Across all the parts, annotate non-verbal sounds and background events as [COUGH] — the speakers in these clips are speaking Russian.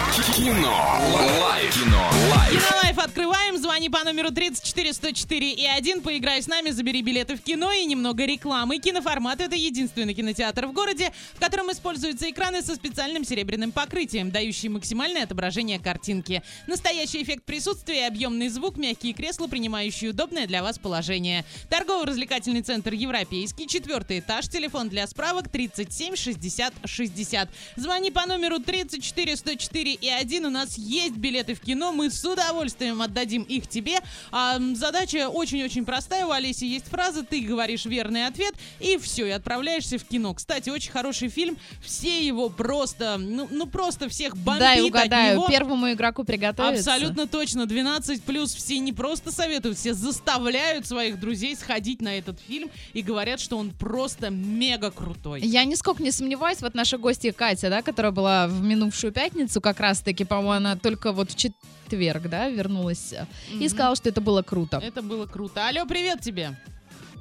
Кино. Лайф. Кино. Лайф. Кинолайф открываем. Звони по номеру 34 104 и 1. Поиграй с нами, забери билеты в кино и немного рекламы. Киноформат — это единственный кинотеатр в городе, в котором используются экраны со специальным серебряным покрытием, дающие максимальное отображение картинки. Настоящий эффект присутствия, объемный звук, мягкие кресла, принимающие удобное для вас положение. Торгово-развлекательный центр «Европейский», четвертый этаж, телефон для справок 37 60 60. Звони по номеру 34 104 и 1. У нас есть билеты в кино. Мы с удовольствием отдадим их тебе. А, м, задача очень-очень простая. У Олеси есть фраза. Ты говоришь верный ответ. И все, и отправляешься в кино. Кстати, очень хороший фильм. Все его просто, ну, ну просто всех бомбит Дай от угадаю, него. первому игроку приготовиться. Абсолютно точно. 12 плюс все не просто советуют, все заставляют своих друзей сходить на этот фильм и говорят, что он просто мега крутой. Я нисколько не сомневаюсь, вот наша гостья Катя, да, которая была в минувшую пятницу, как раз-таки, по-моему, она только вот в четверг, да, вернулась э, и Мгм. сказала, что это было круто. Это было круто. Алло, привет тебе.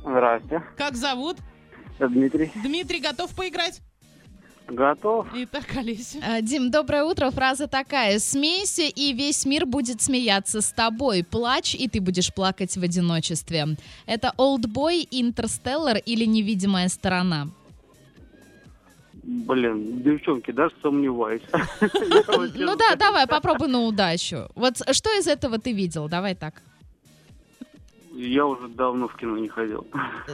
Здрасте, Как зовут? я Дмитрий. Дмитрий готов поиграть? Готов? Итак, Олеся. Э, Дим, доброе утро. Фраза такая. Смейся, и весь мир будет смеяться с тобой. Плачь, и ты будешь плакать в одиночестве. Это «Олдбой», «Интерстеллар» или «Невидимая сторона». Блин, девчонки, даже сомневаюсь. Я вот честно. Ну да, давай, попробуй на удачу. Вот с- что из этого ты видел? Давай так. Я уже давно в кино не ходил.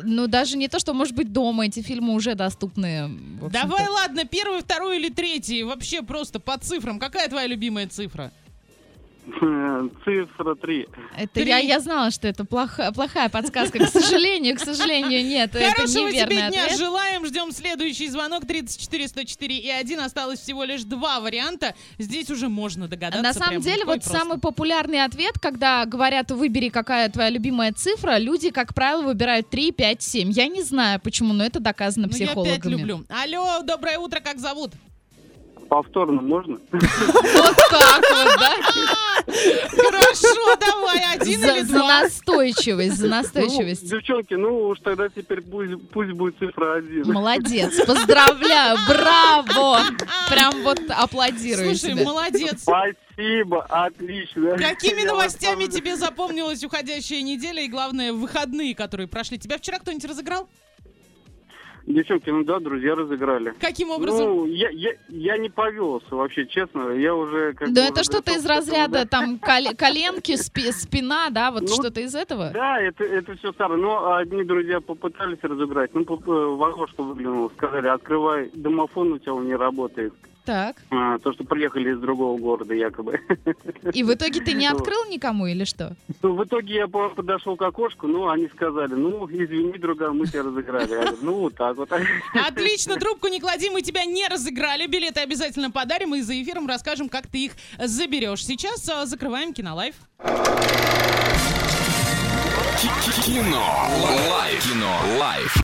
Ну, даже не то, что, может быть, дома эти фильмы уже доступны. в общем-то. Давай, ладно, первый, второй или третий. Вообще просто по цифрам. Какая твоя любимая цифра? Цифра 3. Это я, три. я знала, что это плохая, плохая подсказка. К сожалению, к сожалению, нет. это Хорошего тебе неверный дня ответ. желаем. Ждем следующий звонок 34 104 и 1. Осталось всего лишь два варианта. Здесь уже можно догадаться. На самом прям деле, легко и вот просто. самый популярный ответ, когда говорят, выбери, какая твоя любимая цифра, люди, как правило, выбирают 3, 5, 7. Я не знаю, почему, но это доказано Ну, я пять психологами. люблю. Алло, доброе утро, как зовут? [LAUGHS] Повторно можно? Вот так [LAUGHS] вот, да? Хорошо, давай, один За или за два. настойчивость, за Ну, настойчивость. девчонки, ну уж тогда теперь пусть, пусть будет цифра Ну, 1. Молодец, поздравляю, [LAUGHS] браво! Прям вот аплодирую Слушай, тебе. молодец. Спасибо, отлично. Какими Я новостями на самом деле- тебе запомнилась уходящая неделя и, главное, выходные, которые прошли? Тебя вчера кто-нибудь разыграл? Девчонки, ну да, друзья разыграли. Каким образом? Ну, я, я, я не повелся вообще, честно. Я уже как Да бы это уже что-то готов из к этому, да. разряда там кол- коленки, спи- спина, да, вот Ну, что-то из этого? Да, это, это все старое. Но одни друзья попытались разыграть. Ну, поп- э, в окошко выглянул. Сказали, открывай домофон, у тебя он не работает. [LAUGHS] Так. А, то, что приехали из другого города якобы. [LAUGHS] И в итоге ты не Вот. открыл никому или что? Ну, в итоге я по- подошел к окошку, ну, они сказали, ну, извини, друга, мы тебя разыграли. Я говорю, ну, вот так вот. [LAUGHS] Отлично, трубку не клади, мы тебя не разыграли. Билеты обязательно подарим и за эфиром расскажем, как ты их заберешь. Сейчас а, закрываем кинолайф. Кино. Лайф. Кино. Лайф.